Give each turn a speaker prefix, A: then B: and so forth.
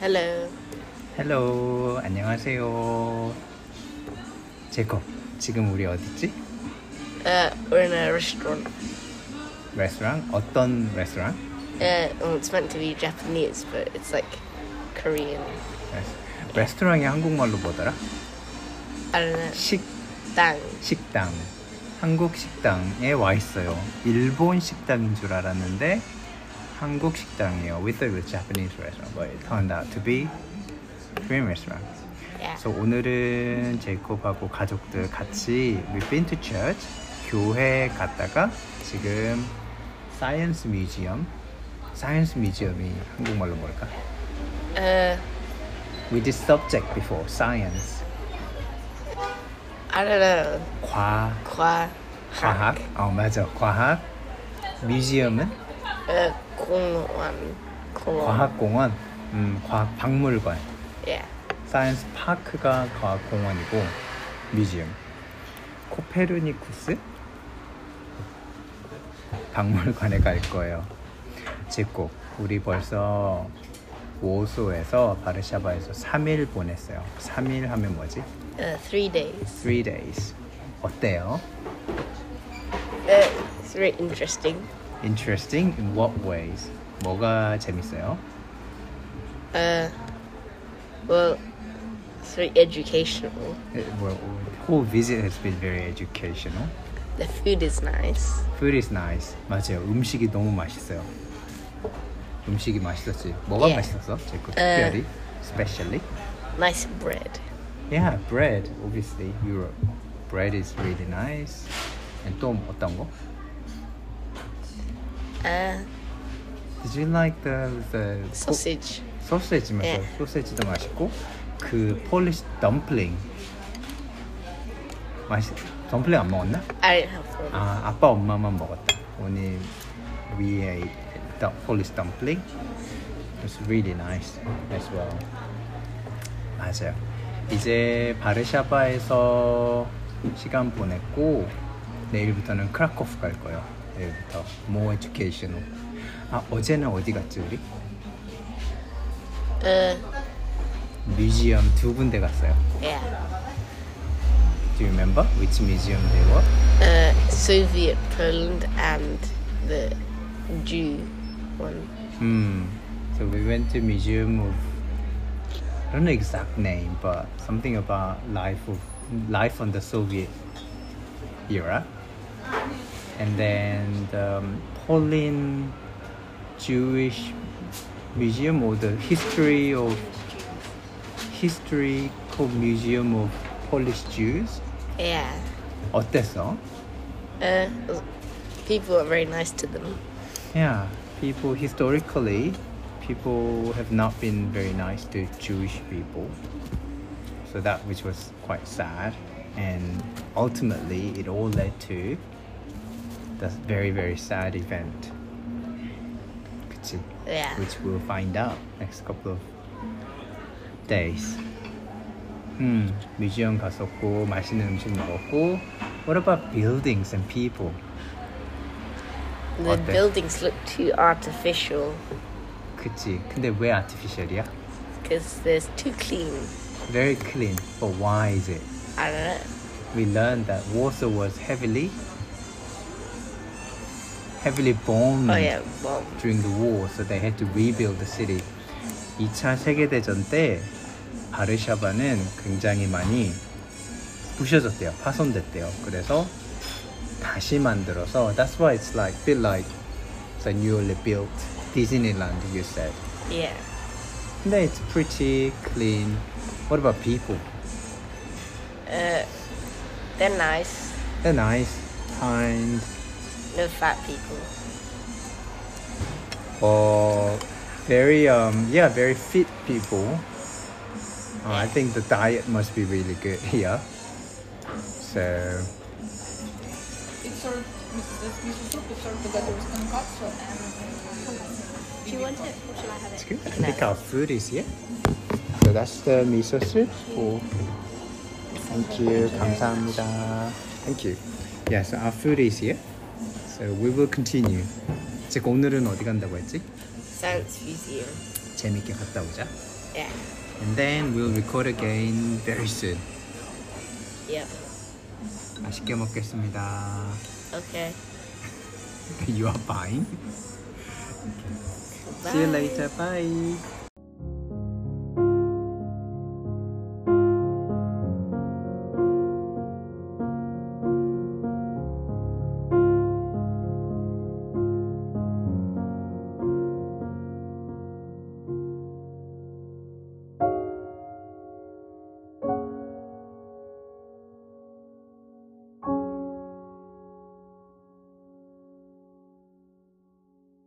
A: Hello.
B: 헬로 안녕하세요 제이콥 지금 우리 어디지?
A: Uh, we're in a restaurant.
B: 레스토랑? 어떤 레스토랑?
A: Uh, well, it's meant to be Japanese, but it's like Korean.
B: 레스- 레스토랑이 한국말로 뭐더라?
A: I don't know.
B: 식,
A: Dang.
B: 식당 한국 식당에 와 있어요 일본 식당인 줄 알았는데 한국 식당이에요 We thought it was Japanese restaurant but it turned out to be Korean restaurant
A: Yeah.
B: 그래서 오늘은 제이콥하고 가족들 같이 We've been to church 교회 갔다가 지금 사이언스 뮤지엄 사이언스 뮤지엄이 한국말로 뭘까?
A: Uh,
B: We did subject before science
A: I don't know.
B: 과
A: Kwa.
B: 과학 어 맞아 과학 뮤지엄은
A: Uh, Kongwon. Kongwon.
B: 과학공원 음 과학 박물관
A: Yeah.
B: 사이언스 파크가 과학공원이고 뮤지엄 코페르니쿠스 박물관에 갈 거예요 제꼭 우리 벌써 오소에서 바르샤바에서 3일 보냈어요 3일 하면 뭐지?
A: Uh, three days.
B: 3 days 어때요?
A: Uh, it's very interesting.
B: Interesting in what ways? 뭐가 재밌어요?
A: Uh, well, it's very educational.
B: It- well, the 뭐, whole visit has been very educational.
A: The food is nice.
B: Food is nice. 맞아요. 음식이 너무 맛있어요. 음식이 맛있었지. 뭐가
A: Yeah.
B: 맛있었어? 제거 특별히, especially.
A: Nice bread.
B: Yeah, bread. Obviously, Europe. Bread is really nice. And 또 어떤 거?
A: Uh,
B: Did you like the the
A: sausage.
B: 소세지 맞아.
A: Yeah.
B: 소세지도 맛있고 그 Polish dumpling. 맛있. 덤플링 안 먹었나?
A: I didn't have one.
B: 아, 아빠 엄마만 먹었다. 오늘 위에 the Polish dumpling. It's really nice as well. 맞아요. 이제 바르샤바에서 시간 보냈고 내일부터는 크라코프 갈 거예요. 내일부터 more educational. 아, 어제는 어디 갔지 우리?
A: Uh,
B: 뮤지엄 두 군데 갔어요.
A: yeah.
B: Do you remember which museum they were?
A: Uh, Soviet Poland and the Jew one.
B: Hmm. So we went to museum of I don't know exact name, but something about life of life on the Soviet era, and then the um, Poland Jewish museum or the history of historical museum of Polish Jews.
A: Yeah.
B: 어땠어?
A: Uh, people are very nice to them.
B: Yeah, people historically, people have not been very nice to Jewish people. So that which was quite sad, and ultimately it all led to this very very sad event. 그치?
A: Yeah.
B: Which we'll find out next couple of days. 음, 뮤지엄 갔었고 맛있는 음식 먹었고. What about buildings and people?
A: The
B: What the-
A: buildings look too artificial
B: 그치? 근데 왜 artificial이야?
A: because there's too clean.
B: very clean, but why is it?
A: I don't know.
B: We learned that Warsaw was heavily, heavily bombed
A: Oh yeah, well,
B: during the war, so they had to rebuild the city. 2차 세계대전 때 바르샤바는 굉장히 많이 부셔졌대요, 파손됐대요. 그래서 다시 만들어서 that's why it's like bit like the newly built Disneyland you said.
A: yeah.
B: 근데 it's pretty clean. What about people?
A: Uh, they're nice.
B: They're nice, kind,
A: No fat people.
B: or very um yeah very fit people. Uh, I think the diet must be really good here. So
C: It's sort of with the this miso soup is served together with tonkatsu and
D: Do you want it or should I have it?
B: It's good. I think our food is here. So that's the miso soup. For thank you. 감사합니다. Thank you. Yeah, so our food is here. So we will continue. 제가 오늘은 어디 간다고 했지?
A: Science Museum.
B: 재밌게 갔다 오자.
A: Yeah.
B: And then we'll record again very soon.
A: Yep.
B: 맛있게 먹겠습니다.
A: Okay.
B: You are buying.
A: Bye.
B: See you later. Bye.